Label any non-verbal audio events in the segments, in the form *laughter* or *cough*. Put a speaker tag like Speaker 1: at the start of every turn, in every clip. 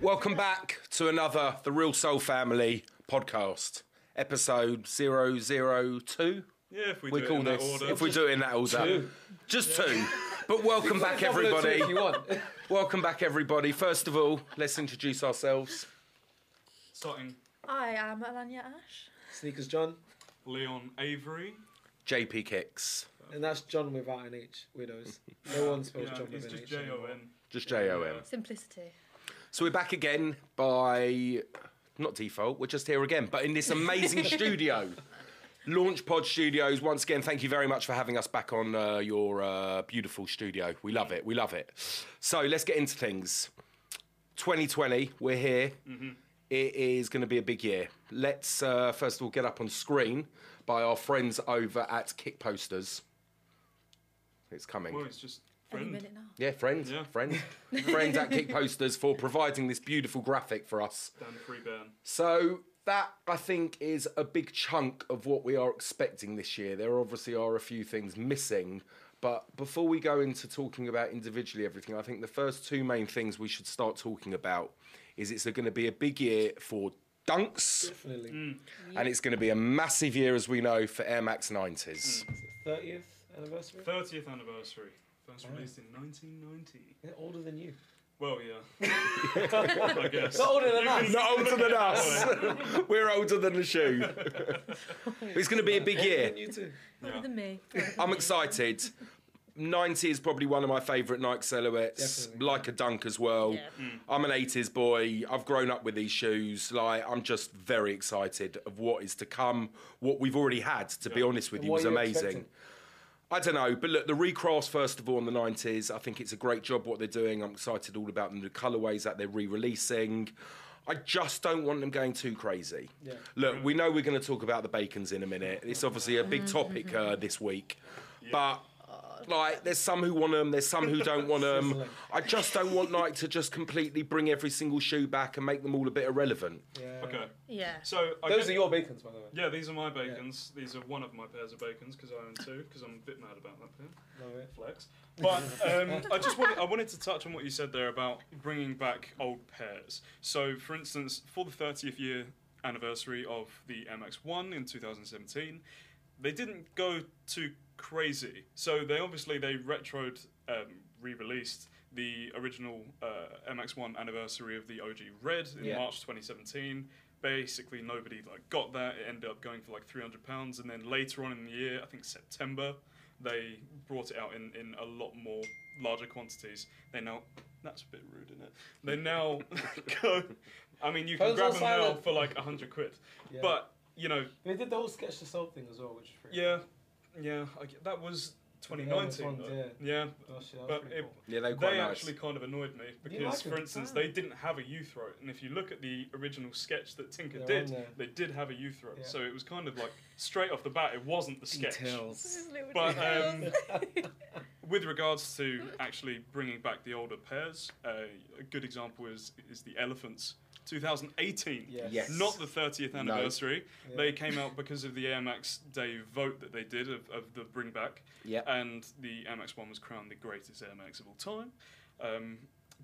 Speaker 1: Welcome back to another The Real Soul Family podcast, episode 002.
Speaker 2: Yeah, if we,
Speaker 1: We
Speaker 2: do
Speaker 1: call
Speaker 2: it in
Speaker 1: this,
Speaker 2: that order.
Speaker 1: if we do it in that order, just two. But welcome back,
Speaker 3: Double or two
Speaker 1: everybody.
Speaker 3: If you
Speaker 2: *laughs*
Speaker 3: want.
Speaker 1: Welcome back, everybody. First of all, let's introduce ourselves.
Speaker 2: Starting
Speaker 4: I am Alanya Ash.
Speaker 3: Sneakers John,
Speaker 2: Leon Avery.
Speaker 1: JP Kicks,
Speaker 3: and that's John without an H. Widows. No one spells
Speaker 2: Yeah,
Speaker 3: John with
Speaker 2: it's
Speaker 3: an
Speaker 2: Um, just
Speaker 3: H.
Speaker 2: J O
Speaker 3: anymore.
Speaker 2: N.
Speaker 1: just J O M.
Speaker 2: Yeah.
Speaker 4: Simplicity.
Speaker 1: So we're back again by not default, we're just here again, but in this amazing studio. Launchpod Studios, once again, thank you very much for having us back on uh, your uh, beautiful studio. We love it, we love it. So let's get into things. 2020, we're here. It is going to be a big year. Let's uh, first of all get up on screen by our friends over at Kick Posters. It's coming.
Speaker 2: Well, it's just
Speaker 4: Any
Speaker 2: friend.
Speaker 4: minute now.
Speaker 1: Yeah, friends,
Speaker 2: Yeah.
Speaker 1: friends, friends at Kick Posters for providing this beautiful graphic for us.
Speaker 2: Dan Freeburn.
Speaker 1: So that I think is a big chunk of what we are expecting this year. There obviously are a few things missing, but before we go into talking about individually everything, I think the first two main things we should start talking about is it's going to be a big year for dunks,
Speaker 3: Definitely.
Speaker 2: Mm.
Speaker 1: and it's going to be a massive year, as we know, for Air Max 90s.
Speaker 3: Is it 30th anniversary?
Speaker 2: 30th anniversary. First released in 1990.
Speaker 3: Yeah, older than you.
Speaker 2: Well,
Speaker 3: *laughs*
Speaker 2: yeah. I guess.
Speaker 3: Not older than us.
Speaker 1: Not older than us. *laughs* We're older than the shoe. it's going to be a big year.
Speaker 3: Than you too.
Speaker 4: Older than me.
Speaker 1: I'm excited. 90 is probably one of my favourite Nike silhouettes,
Speaker 3: Definitely.
Speaker 1: like a dunk as well.
Speaker 4: Yeah.
Speaker 2: Mm.
Speaker 1: I'm an 80s boy. I've grown up with these shoes. Like, I'm just very excited of what is to come. What we've already had, to be honest with
Speaker 3: And
Speaker 1: you,
Speaker 3: what
Speaker 1: was
Speaker 3: are you
Speaker 1: amazing.
Speaker 3: expecting?
Speaker 1: I don't know, but look, the recross first of all in the nineties. I think it's a great job what they're doing. I'm excited all about them, the colorways that they're re-releasing. I just don't want them going too crazy.
Speaker 3: Yeah.
Speaker 1: Look, we know we're going to talk about the bacon's in a minute. It's obviously a big topic uh, this week, but. Like, there's some who want them, there's some who don't want them.
Speaker 3: Sizzling.
Speaker 1: I just don't want Nike to just completely bring every single shoe back and make them all a bit irrelevant.
Speaker 3: Yeah.
Speaker 2: Okay.
Speaker 4: Yeah.
Speaker 2: So I
Speaker 3: Those
Speaker 2: guess-
Speaker 3: are your beacons, by the way.
Speaker 2: Yeah, these are my bacons. These are one of my pairs of bacons because I own two because I'm a bit mad about that pair.
Speaker 3: Love it.
Speaker 2: flex. But um, I just wanted, I wanted to touch on what you said there about bringing back old pairs. So, for instance, for the 30th year anniversary of the MX1 in 2017, they didn't go too crazy. So they obviously they retroed, um, re-released the original uh, MX1 anniversary of the OG Red in
Speaker 3: Yeah.
Speaker 2: March 2017. Basically, nobody like got that. It ended up going for like 300 pounds, and then later on in the year, I think September, they brought it out in, in a lot more larger quantities. They now that's a bit rude, isn't it?
Speaker 3: *laughs*
Speaker 2: They now go. I mean, you can
Speaker 3: Phones
Speaker 2: grab
Speaker 3: on
Speaker 2: them now
Speaker 3: silent.
Speaker 2: for like 100 quid,
Speaker 3: Yeah.
Speaker 2: but you know,
Speaker 3: They did the whole sketch the soul thing as well, which is pretty
Speaker 2: yeah, yeah. I g that was
Speaker 3: Yeah,
Speaker 2: 2019.
Speaker 3: it was,
Speaker 2: though.
Speaker 3: yeah.
Speaker 2: yeah.
Speaker 3: Cool. Oh, shit, that was
Speaker 2: But
Speaker 3: pretty
Speaker 2: it-
Speaker 3: cool.
Speaker 1: Yeah, they were quite
Speaker 2: They
Speaker 1: nice.
Speaker 2: actually kind of annoyed me
Speaker 3: You
Speaker 2: because,
Speaker 3: like
Speaker 2: for
Speaker 3: them?
Speaker 2: instance,
Speaker 3: Ah.
Speaker 2: they didn't have a youth row, and if you look at the original sketch that Tinker
Speaker 3: They're on
Speaker 2: did,
Speaker 3: there.
Speaker 2: they did have a youth row.
Speaker 3: Yeah.
Speaker 2: So it was kind of like straight off the bat, it wasn't the sketch.
Speaker 3: Details. *laughs*
Speaker 2: But um,
Speaker 5: *laughs*
Speaker 2: with regards to actually bringing back the older pairs, uh, a good example is is the Elephants 2018.
Speaker 3: Yes.
Speaker 1: Yes.
Speaker 2: Not the 30th
Speaker 1: No.
Speaker 2: anniversary.
Speaker 3: Yeah.
Speaker 2: They came out because of the AMX Day vote that they did of, of the bring back.
Speaker 1: Yep.
Speaker 2: And the AMX one was crowned the greatest AMX of all time. Um,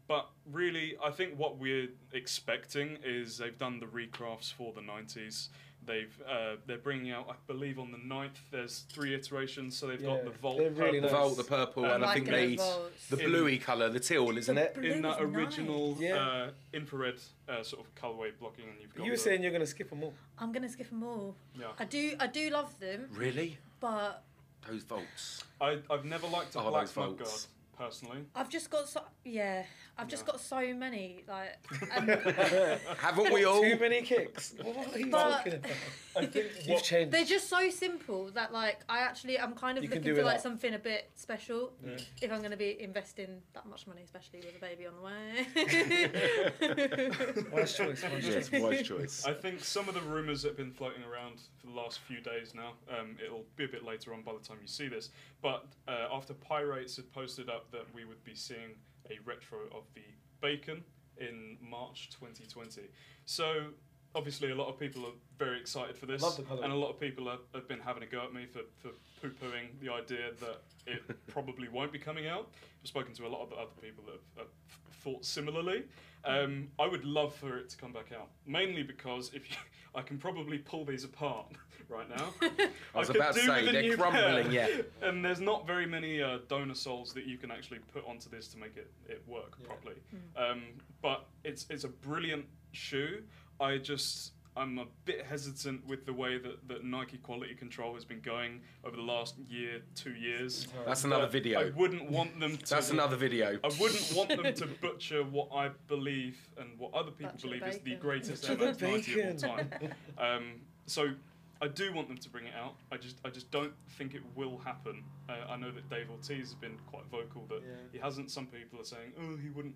Speaker 2: but really, I think what we're expecting is they've done the recrafts for the 90s. They've uh, they're bringing out, I believe, on the 9th, There's three iterations, so they've
Speaker 3: Yeah,
Speaker 2: got the vault.
Speaker 3: they're really
Speaker 1: The
Speaker 2: purple
Speaker 3: nice.
Speaker 1: vault, the purple,
Speaker 2: Um,
Speaker 1: and I
Speaker 2: Like
Speaker 1: think
Speaker 2: the
Speaker 1: they,
Speaker 4: vaults.
Speaker 1: the bluey colour, the teal, isn't it?
Speaker 2: in that
Speaker 4: Blue's
Speaker 2: original
Speaker 4: nice.
Speaker 3: Yeah.
Speaker 2: uh, infrared uh, sort of colorway blocking, and you've got
Speaker 3: You were
Speaker 2: the-
Speaker 3: saying you're going to skip them all.
Speaker 4: I'm gonna skip them all.
Speaker 2: yeah.
Speaker 4: I do. I do love them,
Speaker 1: Really?
Speaker 4: but
Speaker 1: Those
Speaker 2: *laughs*
Speaker 1: vaults.
Speaker 2: I, I've never liked a
Speaker 1: Oh,
Speaker 2: black
Speaker 1: those
Speaker 2: mudguard
Speaker 1: vaults.
Speaker 2: personally.
Speaker 4: I've just got so yeah. I've just
Speaker 2: Yeah.
Speaker 4: got so many like.
Speaker 2: *laughs*
Speaker 4: And
Speaker 1: Haven't we all?
Speaker 3: Too many kicks. What are you
Speaker 4: But-
Speaker 3: talking about?
Speaker 2: I think
Speaker 3: You've changed.
Speaker 4: they're just so simple that like I actually I'm kind of
Speaker 3: You can
Speaker 4: looking
Speaker 3: do
Speaker 4: for
Speaker 3: without.
Speaker 4: like something a bit special
Speaker 2: Yeah.
Speaker 4: if I'm gonna be investing that much money, especially with a baby on
Speaker 2: *laughs*
Speaker 4: *laughs* the way.
Speaker 3: Wise choice. Wise choice.
Speaker 1: Yes, wise choice.
Speaker 2: I think some of the rumours that have been floating around for the last few days now, um, it'll be a bit later on by the time you see this, but uh, after Pirates had posted up that we would be seeing a retro of the Bacon in March 2020. So, obviously, a lot of people are very excited for this,
Speaker 3: love the colour.
Speaker 2: and a lot of people have, have been having a go at me for, for poo pooing
Speaker 3: *laughs*
Speaker 2: the idea that it probably won't be coming out. I've spoken to a lot of other people that have, have thought similarly. Um, I would love for it to come back out, mainly because if you, *laughs* I can probably pull these apart *laughs* right now.
Speaker 1: *laughs* I was
Speaker 2: could
Speaker 1: about to
Speaker 2: do
Speaker 1: say
Speaker 2: with a
Speaker 1: they're
Speaker 2: new
Speaker 1: crumbling.
Speaker 2: pair.
Speaker 1: Yeah,
Speaker 2: *laughs* And there's not very many uh, donor souls that you can actually put onto this to make it, it work
Speaker 5: Yeah.
Speaker 2: properly. Um, but it's it's a brilliant shoe. I just I'm a bit hesitant with the way that, that Nike quality control has been going over the last year, two years.
Speaker 1: that's another
Speaker 2: But I
Speaker 1: video.
Speaker 2: wouldn't want them to.
Speaker 1: That's another video.
Speaker 2: I wouldn't want them to butcher what I believe and what other people
Speaker 4: Butcher the
Speaker 2: believe is the
Speaker 4: bacon.
Speaker 2: greatest
Speaker 5: Butcher the
Speaker 2: MX ninety of all time.
Speaker 5: bacon.
Speaker 3: *laughs*
Speaker 2: Um, so I do want them to bring it out. I just I just don't think it will happen. Uh, I know that Dave Ortiz has been quite vocal that
Speaker 5: Yeah.
Speaker 2: he hasn't. Some people are saying, oh, he wouldn't.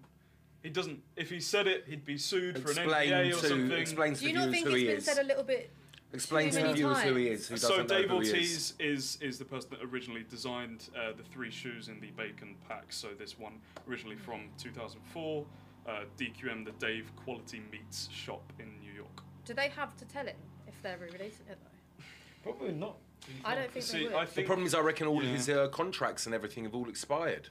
Speaker 2: He doesn't. If he said it, he'd be sued for an
Speaker 1: Explain
Speaker 2: NDA or
Speaker 1: to
Speaker 2: something.
Speaker 1: explain
Speaker 4: Do
Speaker 1: to
Speaker 4: you
Speaker 1: the
Speaker 4: not
Speaker 1: viewers
Speaker 4: think
Speaker 1: who
Speaker 4: it's
Speaker 1: he
Speaker 4: been
Speaker 1: is.
Speaker 4: said a little bit?
Speaker 1: Explain
Speaker 4: too
Speaker 1: to the
Speaker 4: many
Speaker 1: viewers who he
Speaker 4: times?
Speaker 1: is. Who
Speaker 2: so
Speaker 1: doesn't
Speaker 2: Dave
Speaker 1: know who he is.
Speaker 2: Ortiz is is the person that originally designed uh, the three shoes in the Bacon pack. So this one originally from 2004, uh, DQM, the Dave Quality Meats shop in New York.
Speaker 4: Do they have to tell him if they're re-releasing it though?
Speaker 5: Probably not.
Speaker 4: I don't think they
Speaker 2: See,
Speaker 4: would.
Speaker 2: I
Speaker 1: The
Speaker 2: think
Speaker 1: problem is, I reckon all
Speaker 2: Yeah.
Speaker 1: his uh, contracts and everything have all expired.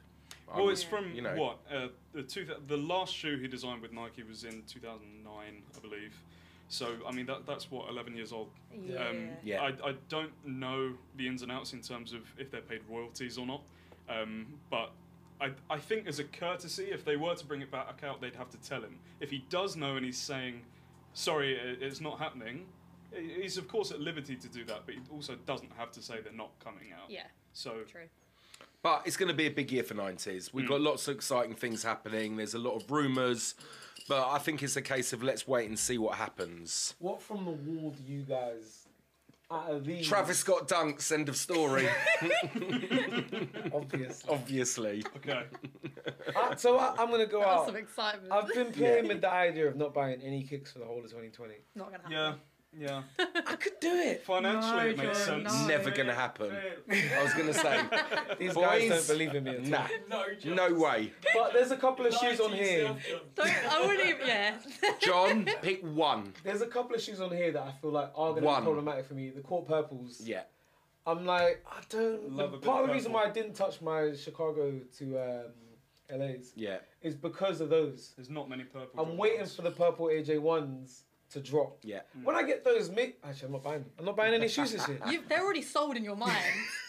Speaker 1: I
Speaker 2: Well,
Speaker 1: would-
Speaker 2: it's from
Speaker 1: you know.
Speaker 2: what uh, the two the last shoe he designed with Nike was in 2009, I believe. So I mean that that's what 11 years old.
Speaker 4: yeah.
Speaker 2: Um,
Speaker 1: Yeah.
Speaker 2: I, I don't know the ins and outs in terms of if they're paid royalties or not, um, but I, I think as a courtesy, if they were to bring it back out, they'd have to tell him. If he does know and he's saying, "Sorry, i- it's not happening," he- he's of course at liberty to do that, but he also doesn't have to say they're not coming out.
Speaker 4: yeah,
Speaker 2: So
Speaker 4: true.
Speaker 1: But it's going to be a big year for 90s.
Speaker 2: Hmm.
Speaker 1: We've got lots of exciting things happening. There's a lot of rumours. But I think it's a case of let's wait and see what happens.
Speaker 5: What from the wall do you guys? Out of
Speaker 2: Hmm.
Speaker 5: these,
Speaker 1: Travis Scott dunks, end of story, *laughs*
Speaker 5: obviously.
Speaker 1: obviously.
Speaker 2: okay,
Speaker 5: Uh, so I, I'm gonna go
Speaker 4: That was
Speaker 5: out.
Speaker 4: some excitement.
Speaker 5: I've
Speaker 1: *laughs*
Speaker 5: been playing with the idea of not buying any kicks for the whole of 2020.
Speaker 4: *laughs* not gonna happen.
Speaker 2: yeah, yeah.
Speaker 5: I could do it.
Speaker 2: Financially, it
Speaker 4: No,
Speaker 2: makes
Speaker 4: John,
Speaker 2: sense.
Speaker 1: *laughs*
Speaker 4: no.
Speaker 1: Never going to happen. I was going to say,
Speaker 5: These
Speaker 1: Boys.
Speaker 5: guys don't believe in me. At all.
Speaker 1: *laughs* nah,
Speaker 2: *laughs*
Speaker 6: No, John.
Speaker 1: no way.
Speaker 5: But there's a couple of shoes on here.
Speaker 4: *laughs* Don't.
Speaker 2: *laughs*
Speaker 4: I wouldn't even. Yeah. *laughs*
Speaker 1: John, pick one.
Speaker 5: There's a couple of shoes on here that I feel like are gonna
Speaker 1: One.
Speaker 5: be problematic for me. The court purples.
Speaker 1: Yeah.
Speaker 5: I'm like, I don't.
Speaker 2: Love a bit
Speaker 5: part
Speaker 2: of
Speaker 5: of the reason
Speaker 2: purple.
Speaker 5: why I didn't touch my Chicago to um, LA's
Speaker 1: Yeah.
Speaker 5: is because of those.
Speaker 2: There's not many purple.
Speaker 5: I'm waiting for the purple AJ ones to drop.
Speaker 1: Yeah.
Speaker 5: When I get those, me actually, I'm not buying. Them. I'm not buying any shoes this
Speaker 2: *laughs*
Speaker 5: year.
Speaker 4: You, they're already sold in your mind.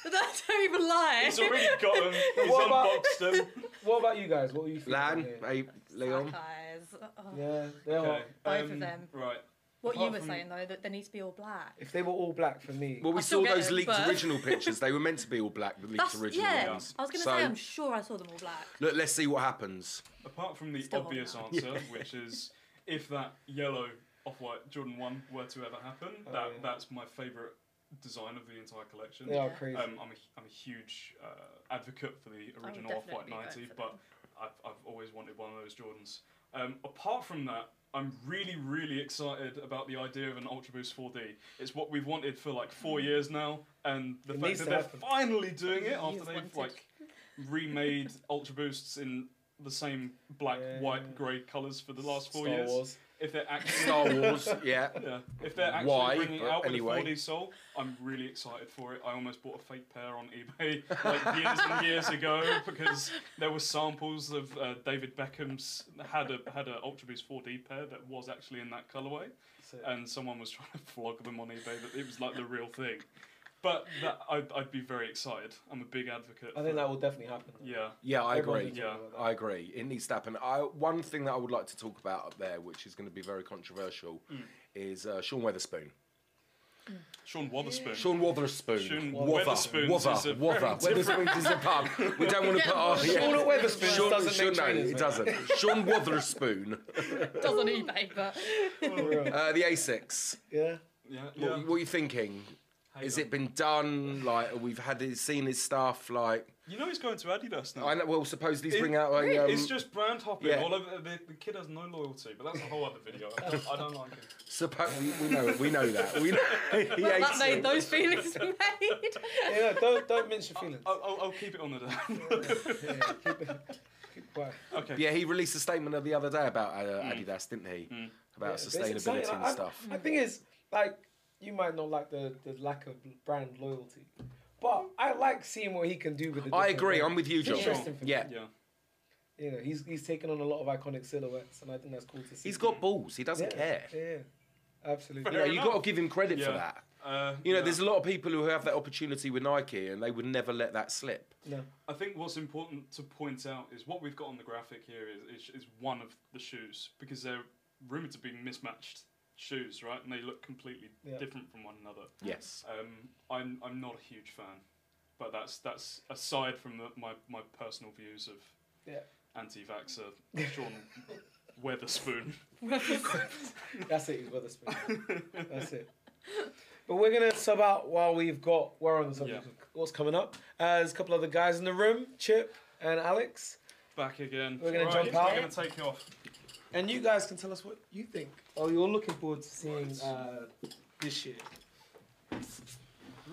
Speaker 4: *laughs* Don't even lie.
Speaker 2: He's already got
Speaker 4: *laughs*
Speaker 2: them. He's
Speaker 5: *laughs* What about-
Speaker 2: unboxed them.
Speaker 5: *laughs* What about you guys? What are you thinking?
Speaker 1: Lan,
Speaker 5: here?
Speaker 1: hey, Leon.
Speaker 4: Guys. Oh.
Speaker 5: Yeah, they are.
Speaker 2: Okay, um,
Speaker 4: Both of them.
Speaker 2: Right.
Speaker 4: What you
Speaker 2: Apart
Speaker 4: were
Speaker 2: from-
Speaker 4: saying though, that they need to be all black.
Speaker 5: If they were all black for me,
Speaker 1: Well, we
Speaker 4: I
Speaker 1: saw
Speaker 4: still get
Speaker 1: those
Speaker 4: it,
Speaker 1: leaked
Speaker 4: but-
Speaker 1: original pictures. They were meant to be all black, the leaked
Speaker 4: That's
Speaker 1: original
Speaker 4: yeah.
Speaker 1: ones.
Speaker 4: I was gonna
Speaker 1: So,
Speaker 4: say I'm sure I saw them all black.
Speaker 1: Look, let's see what happens.
Speaker 2: Apart from the
Speaker 4: Still hold
Speaker 2: obvious
Speaker 4: out.
Speaker 2: answer, which is if that yellow off-white Jordan One were to ever happen,
Speaker 5: Oh,
Speaker 2: that
Speaker 5: yeah.
Speaker 2: that's my favourite design of the entire collection.
Speaker 5: they are
Speaker 4: Yeah.
Speaker 5: crazy.
Speaker 2: Um, I'm a, I'm a huge uh, advocate for the original Off-White
Speaker 4: definitely vote
Speaker 2: 90,
Speaker 4: for
Speaker 2: but I've, I've always wanted one of those Jordans. Um, apart from that, I'm really, really excited about the idea of an Ultra Boost 4D. It's what we've wanted for like four years now, and the
Speaker 5: It
Speaker 2: fact
Speaker 5: needs
Speaker 2: that
Speaker 5: to
Speaker 2: they're
Speaker 5: happen.
Speaker 2: finally doing it
Speaker 4: Years
Speaker 2: after they've
Speaker 4: wanted.
Speaker 2: like remade Ultra Boosts in the same black,
Speaker 5: Yeah.
Speaker 2: white, grey colours for the last four
Speaker 5: Star
Speaker 2: years.
Speaker 5: Wars. *laughs*
Speaker 2: If they're actually
Speaker 1: Star Wars, yeah.
Speaker 2: yeah. If they're actually
Speaker 1: Why,
Speaker 2: bringing it
Speaker 1: but
Speaker 2: out with
Speaker 1: anyway.
Speaker 2: a 4D soul, I'm really excited for it. I almost bought a fake pair on eBay like years and years ago because there were samples of uh, David Beckham's had a had a Ultra Boost 4D pair that was actually in that colorway,
Speaker 5: So-
Speaker 2: and someone was trying to flog them on eBay that it was like the real thing. But that, I'd, I'd be very excited. I'm a big advocate.
Speaker 5: I
Speaker 2: for-
Speaker 5: think that will definitely happen.
Speaker 2: Yeah.
Speaker 1: Yeah, I
Speaker 5: Everyone
Speaker 1: agree.
Speaker 5: needs to
Speaker 2: Yeah.
Speaker 5: talk about
Speaker 1: I agree. It needs to happen. I, one thing that I would like to talk about up there, which is going to be very controversial, is uh, Sean Weatherspoon.
Speaker 2: Sean Watherspoon.
Speaker 1: Sean Watherspoon.
Speaker 2: Sean
Speaker 1: Wather.
Speaker 2: Weatherspoons
Speaker 1: Wather.
Speaker 2: is a
Speaker 1: Wather.
Speaker 2: very *laughs*
Speaker 1: Weatherspoons is a pub. We don't want to
Speaker 4: Yeah,
Speaker 1: put our.
Speaker 4: Sean
Speaker 1: yeah.
Speaker 5: Sean Weatherspoon
Speaker 1: Sean,
Speaker 5: doesn't
Speaker 1: Sean,
Speaker 5: make
Speaker 1: no,
Speaker 5: trainers,
Speaker 1: he
Speaker 5: mate.
Speaker 1: doesn't. Sean Watherspoon,
Speaker 4: Does on eBay, but
Speaker 5: For real.
Speaker 2: *laughs*
Speaker 1: uh, the Asics.
Speaker 5: Yeah.
Speaker 2: Yeah.
Speaker 1: What,
Speaker 2: yeah.
Speaker 1: what are you thinking? Has it been done? Like we've had his- seen his stuff. Like
Speaker 2: You know he's going to Adidas now.
Speaker 1: I know. Well, suppose he's
Speaker 2: It-
Speaker 1: bringing out a. Um,
Speaker 4: really?
Speaker 2: It's just brand hopping
Speaker 1: yeah.
Speaker 2: all over. The, the kid has no loyalty, but that's a whole other video. I don't, I don't like it.
Speaker 1: suppo- we, we know. it, We know that. We know, *laughs* he
Speaker 4: well,
Speaker 1: hates
Speaker 4: that made
Speaker 1: it.
Speaker 4: those feelings *laughs* made.
Speaker 5: Yeah. no, Don't don't mince your feelings.
Speaker 2: I'll, I'll, I'll keep it on the down.
Speaker 5: Yeah, keep it. Keep quiet.
Speaker 2: *laughs* okay.
Speaker 1: Yeah, he released a statement the other day about uh,
Speaker 2: Hmm.
Speaker 1: Adidas, didn't he?
Speaker 2: Mm.
Speaker 1: About
Speaker 5: Yeah, but it's
Speaker 1: sustainability
Speaker 5: exciting.
Speaker 1: and
Speaker 5: I-
Speaker 1: stuff.
Speaker 5: I, I think it's like you might not like the, the lack of brand loyalty, but I like seeing what he can do with. The
Speaker 1: I
Speaker 5: different
Speaker 1: agree.
Speaker 5: brands.
Speaker 1: I'm with you,
Speaker 5: It's
Speaker 1: John.
Speaker 5: interesting for me.
Speaker 1: Yeah,
Speaker 2: Yeah.
Speaker 3: You know, he's he's taken on a lot of iconic silhouettes, and I think that's cool to see.
Speaker 1: He's got balls. He doesn't
Speaker 3: yeah,
Speaker 1: care.
Speaker 3: Yeah, absolutely.
Speaker 1: You know,
Speaker 2: Fair
Speaker 1: you
Speaker 2: enough.
Speaker 1: got to give him credit for
Speaker 2: Yeah.
Speaker 1: that.
Speaker 2: Uh,
Speaker 1: You know,
Speaker 2: yeah.
Speaker 1: there's a lot of people who have that opportunity with Nike, and they would never let that slip.
Speaker 3: No,
Speaker 2: I think what's important to point out is what we've got on the graphic here is, is, is one of the shoes because they're rumored to be mismatched shoes, right? And they look completely
Speaker 3: Yeah.
Speaker 2: different from one another.
Speaker 1: Yes.
Speaker 2: Um, I'm I'm not a huge fan, but that's that's aside from the, my my personal views of
Speaker 3: Yeah.
Speaker 2: anti-vaxxer Sean Weatherspoon.
Speaker 3: that's it. He's Witherspoon. that's it. But we're gonna sub out while we've got we're on the subject
Speaker 2: Yeah.
Speaker 3: of what's coming up. Uh, there's a couple other guys in the room, Chip and Alex,
Speaker 2: Back again.
Speaker 3: We're gonna
Speaker 2: Right,
Speaker 3: jump out.
Speaker 2: We're gonna take you off.
Speaker 3: and you guys can tell us what you think. Oh, you're looking forward to seeing uh, this year.
Speaker 4: Do you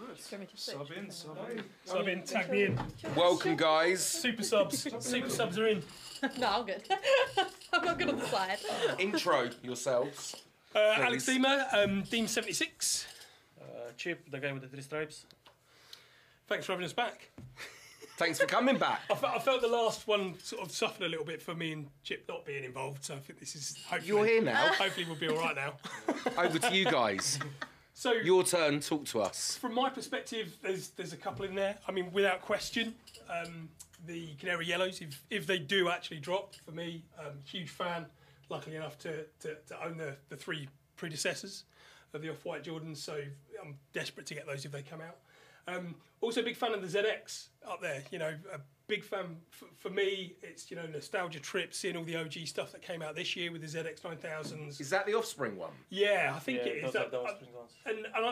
Speaker 4: want me to
Speaker 2: Sub
Speaker 4: switch?
Speaker 2: in, sub in.
Speaker 7: Sub in, tag me in.
Speaker 1: Welcome, guys.
Speaker 7: Super subs. Super subs are in. Uh,
Speaker 4: No, I'm good. *laughs* I'm not good on the side.
Speaker 1: Intro yourselves.
Speaker 7: Uh, Alex Deemer, um, Deem76. Uh, Chip, the guy with the three stripes. Thanks for having us back.
Speaker 1: Thanks for coming back.
Speaker 7: I, fe- I felt the last one sort of soften a little bit for me and Chip not being involved, so I think this is hopefully.
Speaker 1: You're here now.
Speaker 7: Hopefully, we'll be all right now.
Speaker 1: Over to you guys.
Speaker 7: So,
Speaker 1: Your turn. Talk to us.
Speaker 7: from my perspective, there's there's a couple in there. I mean, without question, um, the Canary Yellows, if if they do actually drop, for me, um, huge fan. Luckily enough to to, to own the, the three predecessors of the Off White Jordans, so I'm desperate to get those if they come out. Um, also, big fan of the ZX up there. You know, a big fan f- for me. It's you know nostalgia trip, seeing all the OG stuff that came out this year with the ZX 9000s.
Speaker 1: Is that the offspring one?
Speaker 7: Yeah, I think
Speaker 5: Yeah,
Speaker 7: it is.
Speaker 5: those are
Speaker 7: That,
Speaker 5: those
Speaker 7: I-
Speaker 5: springs ones.
Speaker 7: and, and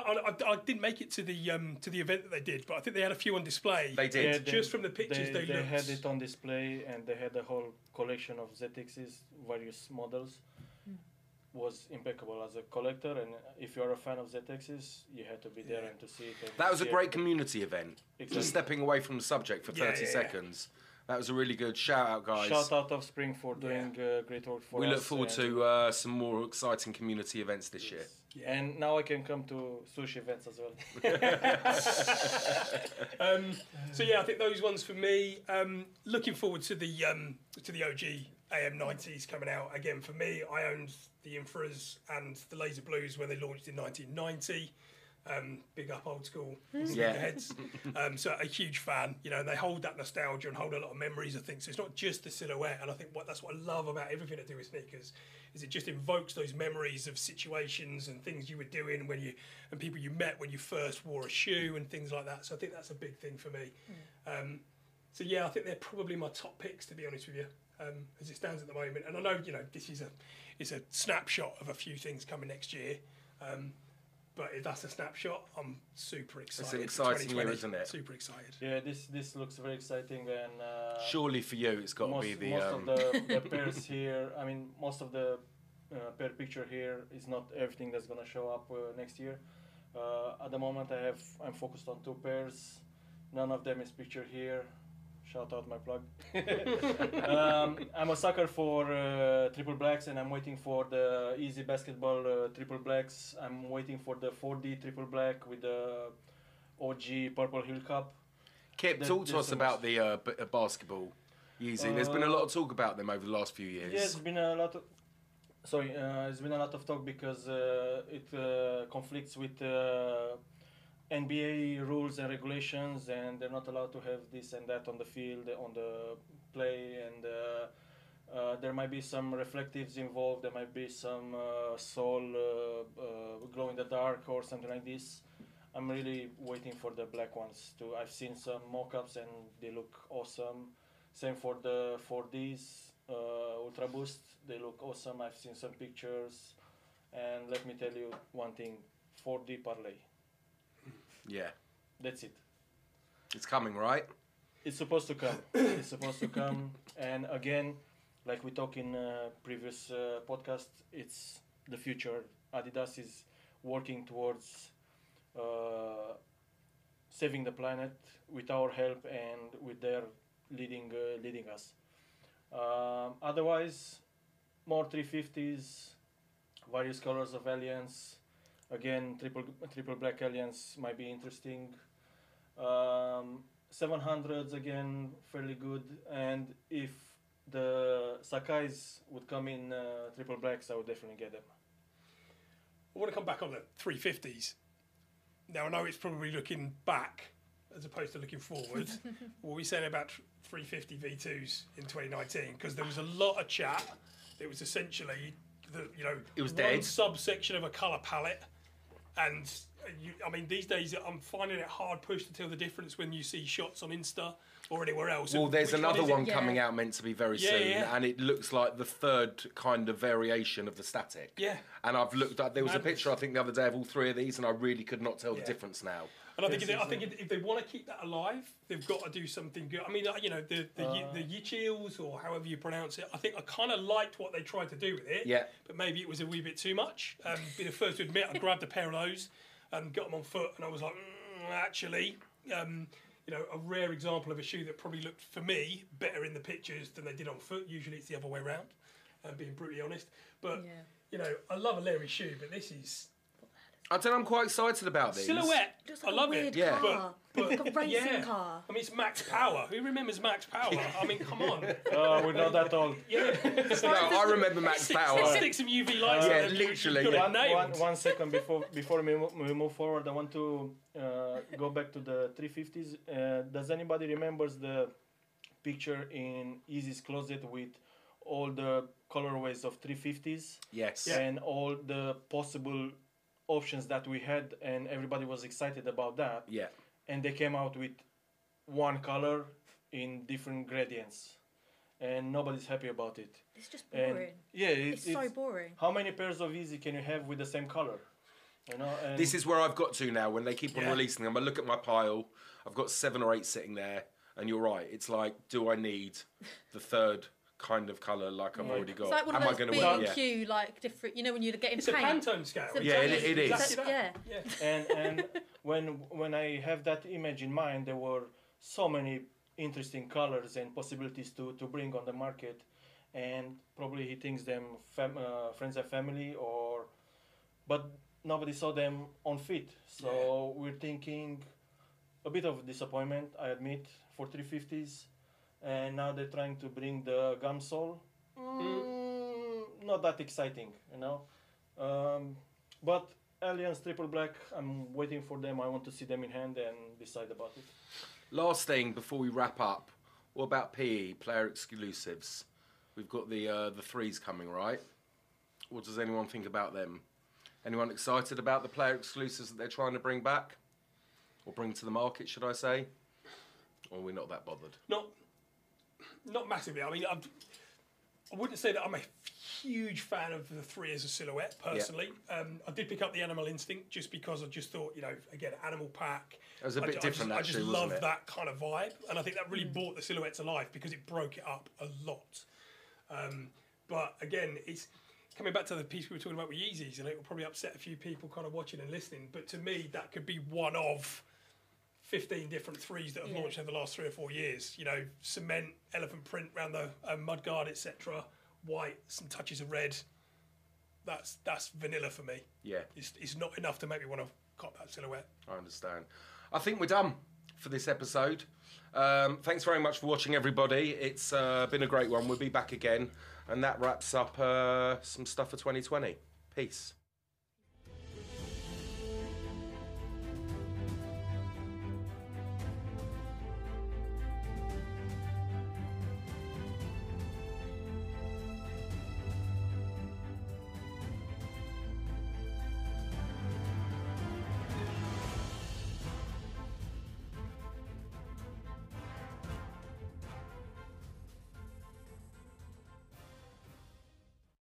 Speaker 7: I, I, I didn't make it to the um, to the event that they did, but I think they had a few on display.
Speaker 1: They did.
Speaker 5: they-
Speaker 7: Just from the pictures,
Speaker 5: they,
Speaker 7: they looked-
Speaker 5: had it on display, and they had a whole collection of ZXs, various models. Was impeccable as a collector, and if you're a fan of ZXs, you had to be there and to see it. and
Speaker 1: That was a
Speaker 5: see it.
Speaker 1: great community event.
Speaker 5: Exactly.
Speaker 1: Just stepping away from the subject for
Speaker 7: Yeah,
Speaker 1: 30
Speaker 7: yeah, yeah.
Speaker 1: seconds. That was a really good shout out, guys.
Speaker 5: Shout out of Spring for doing uh, great work for
Speaker 1: we
Speaker 5: us.
Speaker 1: look forward
Speaker 5: and-
Speaker 1: to uh, some more exciting community events this year.
Speaker 7: Yeah.
Speaker 5: *laughs* And now I can come to sushi events as
Speaker 1: *laughs*
Speaker 5: well.
Speaker 7: um, so yeah, I think those ones for me. Um, looking forward to the um, to the OG AM90s coming out again. For me, I owned the Infras and the Laser Blues when they launched in 1990. Um, big up old school sneakerheads. *laughs* um, so a huge fan, you know, and they hold that nostalgia and hold a lot of memories of things. So it's not just the silhouette, and I think what that's what I love about everything to do with sneakers is it just invokes those memories of situations and things you were doing when you and people you met when you first wore a shoe and things like that. So I think that's a big thing for me. Um, so yeah, I think they're probably my top picks to be honest with you, um, as it stands at the moment. And I know you know this is a it's a snapshot of a few things coming next year. Um, but if that's a snapshot, I'm super excited. for
Speaker 1: exciting year,
Speaker 7: 2020.
Speaker 1: isn't it?
Speaker 7: Super excited.
Speaker 5: yeah, this this looks very exciting and. Uh,
Speaker 1: Surely for you, it's got to
Speaker 5: most,
Speaker 1: be the.
Speaker 5: most
Speaker 1: Um,
Speaker 5: of
Speaker 1: *laughs*
Speaker 5: the, the pairs here. I mean, most of the uh, pair picture here is not everything that's gonna show up uh, next year. Uh, at the moment, I have I'm focused on two pairs. None of them is picture here. Shout out my plug. *laughs* um, I'm a sucker for uh, triple blacks, and I'm waiting for the easy basketball uh, triple blacks. I'm waiting for the 4D triple black with the OG purple heel cup.
Speaker 1: Kip,
Speaker 5: the-
Speaker 1: talk to
Speaker 5: there's
Speaker 1: us
Speaker 5: the
Speaker 1: about the uh, b- uh, basketball using. There's been a lot of talk about them over the last few years.
Speaker 5: Yeah, it's been a lot. Of, sorry, uh, it's been a lot of talk because uh, it uh, conflicts with uh, NBA rules and regulations, and they're not allowed to have this and that on the field, on the play, and uh, uh, there might be some reflectives involved. There might be some uh, sole uh, uh, glow in the dark or something like this. I'm really waiting for the black ones too. I've seen some mock-ups and they look awesome. Same for the 4Ds, uh, Ultra Boost. They look awesome. I've seen some pictures, and let me tell you one thing: 4D parlay.
Speaker 1: yeah.
Speaker 5: That's it.
Speaker 1: It's coming, right?
Speaker 5: It's supposed to come. it's supposed to come. And again, like we talked in uh, previous uh, podcast, it's the future. Adidas is working towards uh, saving the planet with our help and with their leading uh, leading us. Um, otherwise, more 350s, various colors of aliens. Again, triple triple black aliens might be interesting. Um, 700s again fairly good and if the Sakai's would come in uh, triple blacks, I would definitely get them.
Speaker 7: I want to come back on the 350s. Now, I know it's probably looking back as opposed to looking forward. what were we saying about tr- 350 V2s in 2019? Because there was a lot of chat that was essentially, the, you know,
Speaker 1: It was
Speaker 7: one
Speaker 1: dead.
Speaker 7: subsection of a colour palette. And, uh, you, I mean, these days I'm finding it hard push to tell the difference when you see shots on Insta or anywhere else.
Speaker 1: Well,
Speaker 7: of
Speaker 1: there's
Speaker 7: which
Speaker 1: another
Speaker 7: is
Speaker 1: one,
Speaker 7: it.
Speaker 4: Yeah.
Speaker 1: coming out meant to be very
Speaker 7: Yeah,
Speaker 1: soon,
Speaker 7: yeah.
Speaker 1: and it looks like the third kind of variation of the static.
Speaker 7: Yeah.
Speaker 1: And I've looked up, there was a
Speaker 7: Madness.
Speaker 1: picture I think the other day of all three of these, and I really could not tell
Speaker 7: Yeah.
Speaker 1: the difference now.
Speaker 7: And I think, if they, I think if, if they want to keep that alive, they've got to do something good. I mean, uh, you know, the the, y the Yichils or however you pronounce it. I think I kind of liked what they tried to do with it.
Speaker 1: Yeah.
Speaker 7: But maybe it was a wee bit too much. Um, be the first to admit, I grabbed a pair of those and got them on foot, and I was like, mm, actually, um, you know, a rare example of a shoe that probably looked for me better in the pictures than they did on foot. Usually, it's the other way around. Uh, being brutally honest, but
Speaker 4: Yeah.
Speaker 7: you know, I love a Larry shoe, but this is
Speaker 1: I tell you, I'm quite excited about these. *laughs*
Speaker 7: silhouette.
Speaker 4: Just
Speaker 7: I
Speaker 4: like a
Speaker 7: love
Speaker 4: weird
Speaker 7: it.
Speaker 1: Yeah.
Speaker 4: car.
Speaker 7: But-
Speaker 4: like a racing
Speaker 7: yeah.
Speaker 4: car.
Speaker 7: I mean, it's Max Power. Who remembers Max Power? I mean, come
Speaker 4: *laughs*
Speaker 7: on.
Speaker 5: Uh, we're not that old.
Speaker 7: Yeah.
Speaker 1: No, I remember
Speaker 7: *laughs*
Speaker 1: Max
Speaker 7: Stick-
Speaker 1: Bauer.
Speaker 7: Stick some UV lights.
Speaker 1: Yeah,
Speaker 7: on them, you've
Speaker 1: literally,
Speaker 7: got it
Speaker 1: yeah.
Speaker 5: One-
Speaker 7: nailed.
Speaker 5: one- one second before before we mo- we move forward, I want to uh, go back to the 350s. Uh, does anybody remembers the picture in Easy's closet with all the colorways of 350s
Speaker 1: Yes.
Speaker 5: and all the possible options that we had, and everybody was excited about that.
Speaker 1: Yeah.
Speaker 5: and they came out with one color in different gradients and nobody's happy about it
Speaker 4: It's just
Speaker 5: and
Speaker 4: boring.
Speaker 5: yeah it-
Speaker 4: It's, so boring.
Speaker 5: how many pairs of easy can you have with the same color you know and
Speaker 1: This is where I've got to now. When they keep on
Speaker 7: Yeah.
Speaker 1: releasing them, I look at my pile. I've got seven or eight sitting there, and you're right. It's like, do I need the third kind of color like I've already got?
Speaker 4: It's like one
Speaker 1: Am
Speaker 4: of
Speaker 1: I
Speaker 4: those
Speaker 1: going to
Speaker 4: B
Speaker 1: wear?
Speaker 4: and
Speaker 1: Yeah.
Speaker 4: Q like different. You know when you're getting
Speaker 7: It's a
Speaker 4: paint.
Speaker 7: Pantone scale.
Speaker 4: It's a
Speaker 1: Yeah, it-
Speaker 4: Pantone-
Speaker 1: it is.
Speaker 4: exactly that.
Speaker 7: Yeah.
Speaker 5: and and when when i have that image in mind there were so many interesting colors and possibilities to to bring on the market and probably he thinks them fam- uh, friends and family or but nobody saw them on fit so we're thinking a bit of disappointment i admit for 350s and now they're trying to bring the gum sole mm, not that exciting you know um, but aliens triple black i'm waiting for them i want to see them in hand and decide about it
Speaker 1: Last thing before we wrap up, what about PE player exclusives? We've got the uh, the threes coming, right? What does anyone think about them? Anyone excited about the player exclusives that they're trying to bring back or bring to the market, should I say? Or we're not that bothered.
Speaker 7: Not, not massively. I mean, I'm, I wouldn't say that I'm a huge fan of the three as a silhouette personally. Um, I did pick up the Animal Instinct just because I just thought, you know, again, Animal Pack.
Speaker 1: It was a
Speaker 7: I
Speaker 1: bit
Speaker 7: ju- I just-
Speaker 1: different,
Speaker 7: I just,
Speaker 1: actually, wasn't
Speaker 7: love
Speaker 1: it?
Speaker 7: that kind of vibe, and I think that really brought the silhouette to life because it broke it up a lot. Um, but again, it's coming back to the piece we were talking about with Yeezys, and it will probably upset a few people kind of watching and listening. But to me, that could be one of 15 different threes that have
Speaker 4: Yeah.
Speaker 7: launched over the last three or four years. You know, cement, elephant print around the uh, mud guard, etc. White, some touches of red. That's that's vanilla for me.
Speaker 1: Yeah,
Speaker 7: It's, it's not enough to make me want to cop that silhouette.
Speaker 1: I understand. I think we're done for this episode. Um, thanks very much for watching, everybody. It's uh, been a great one. We'll be back again. And that wraps up uh, some stuff for 2020. Peace.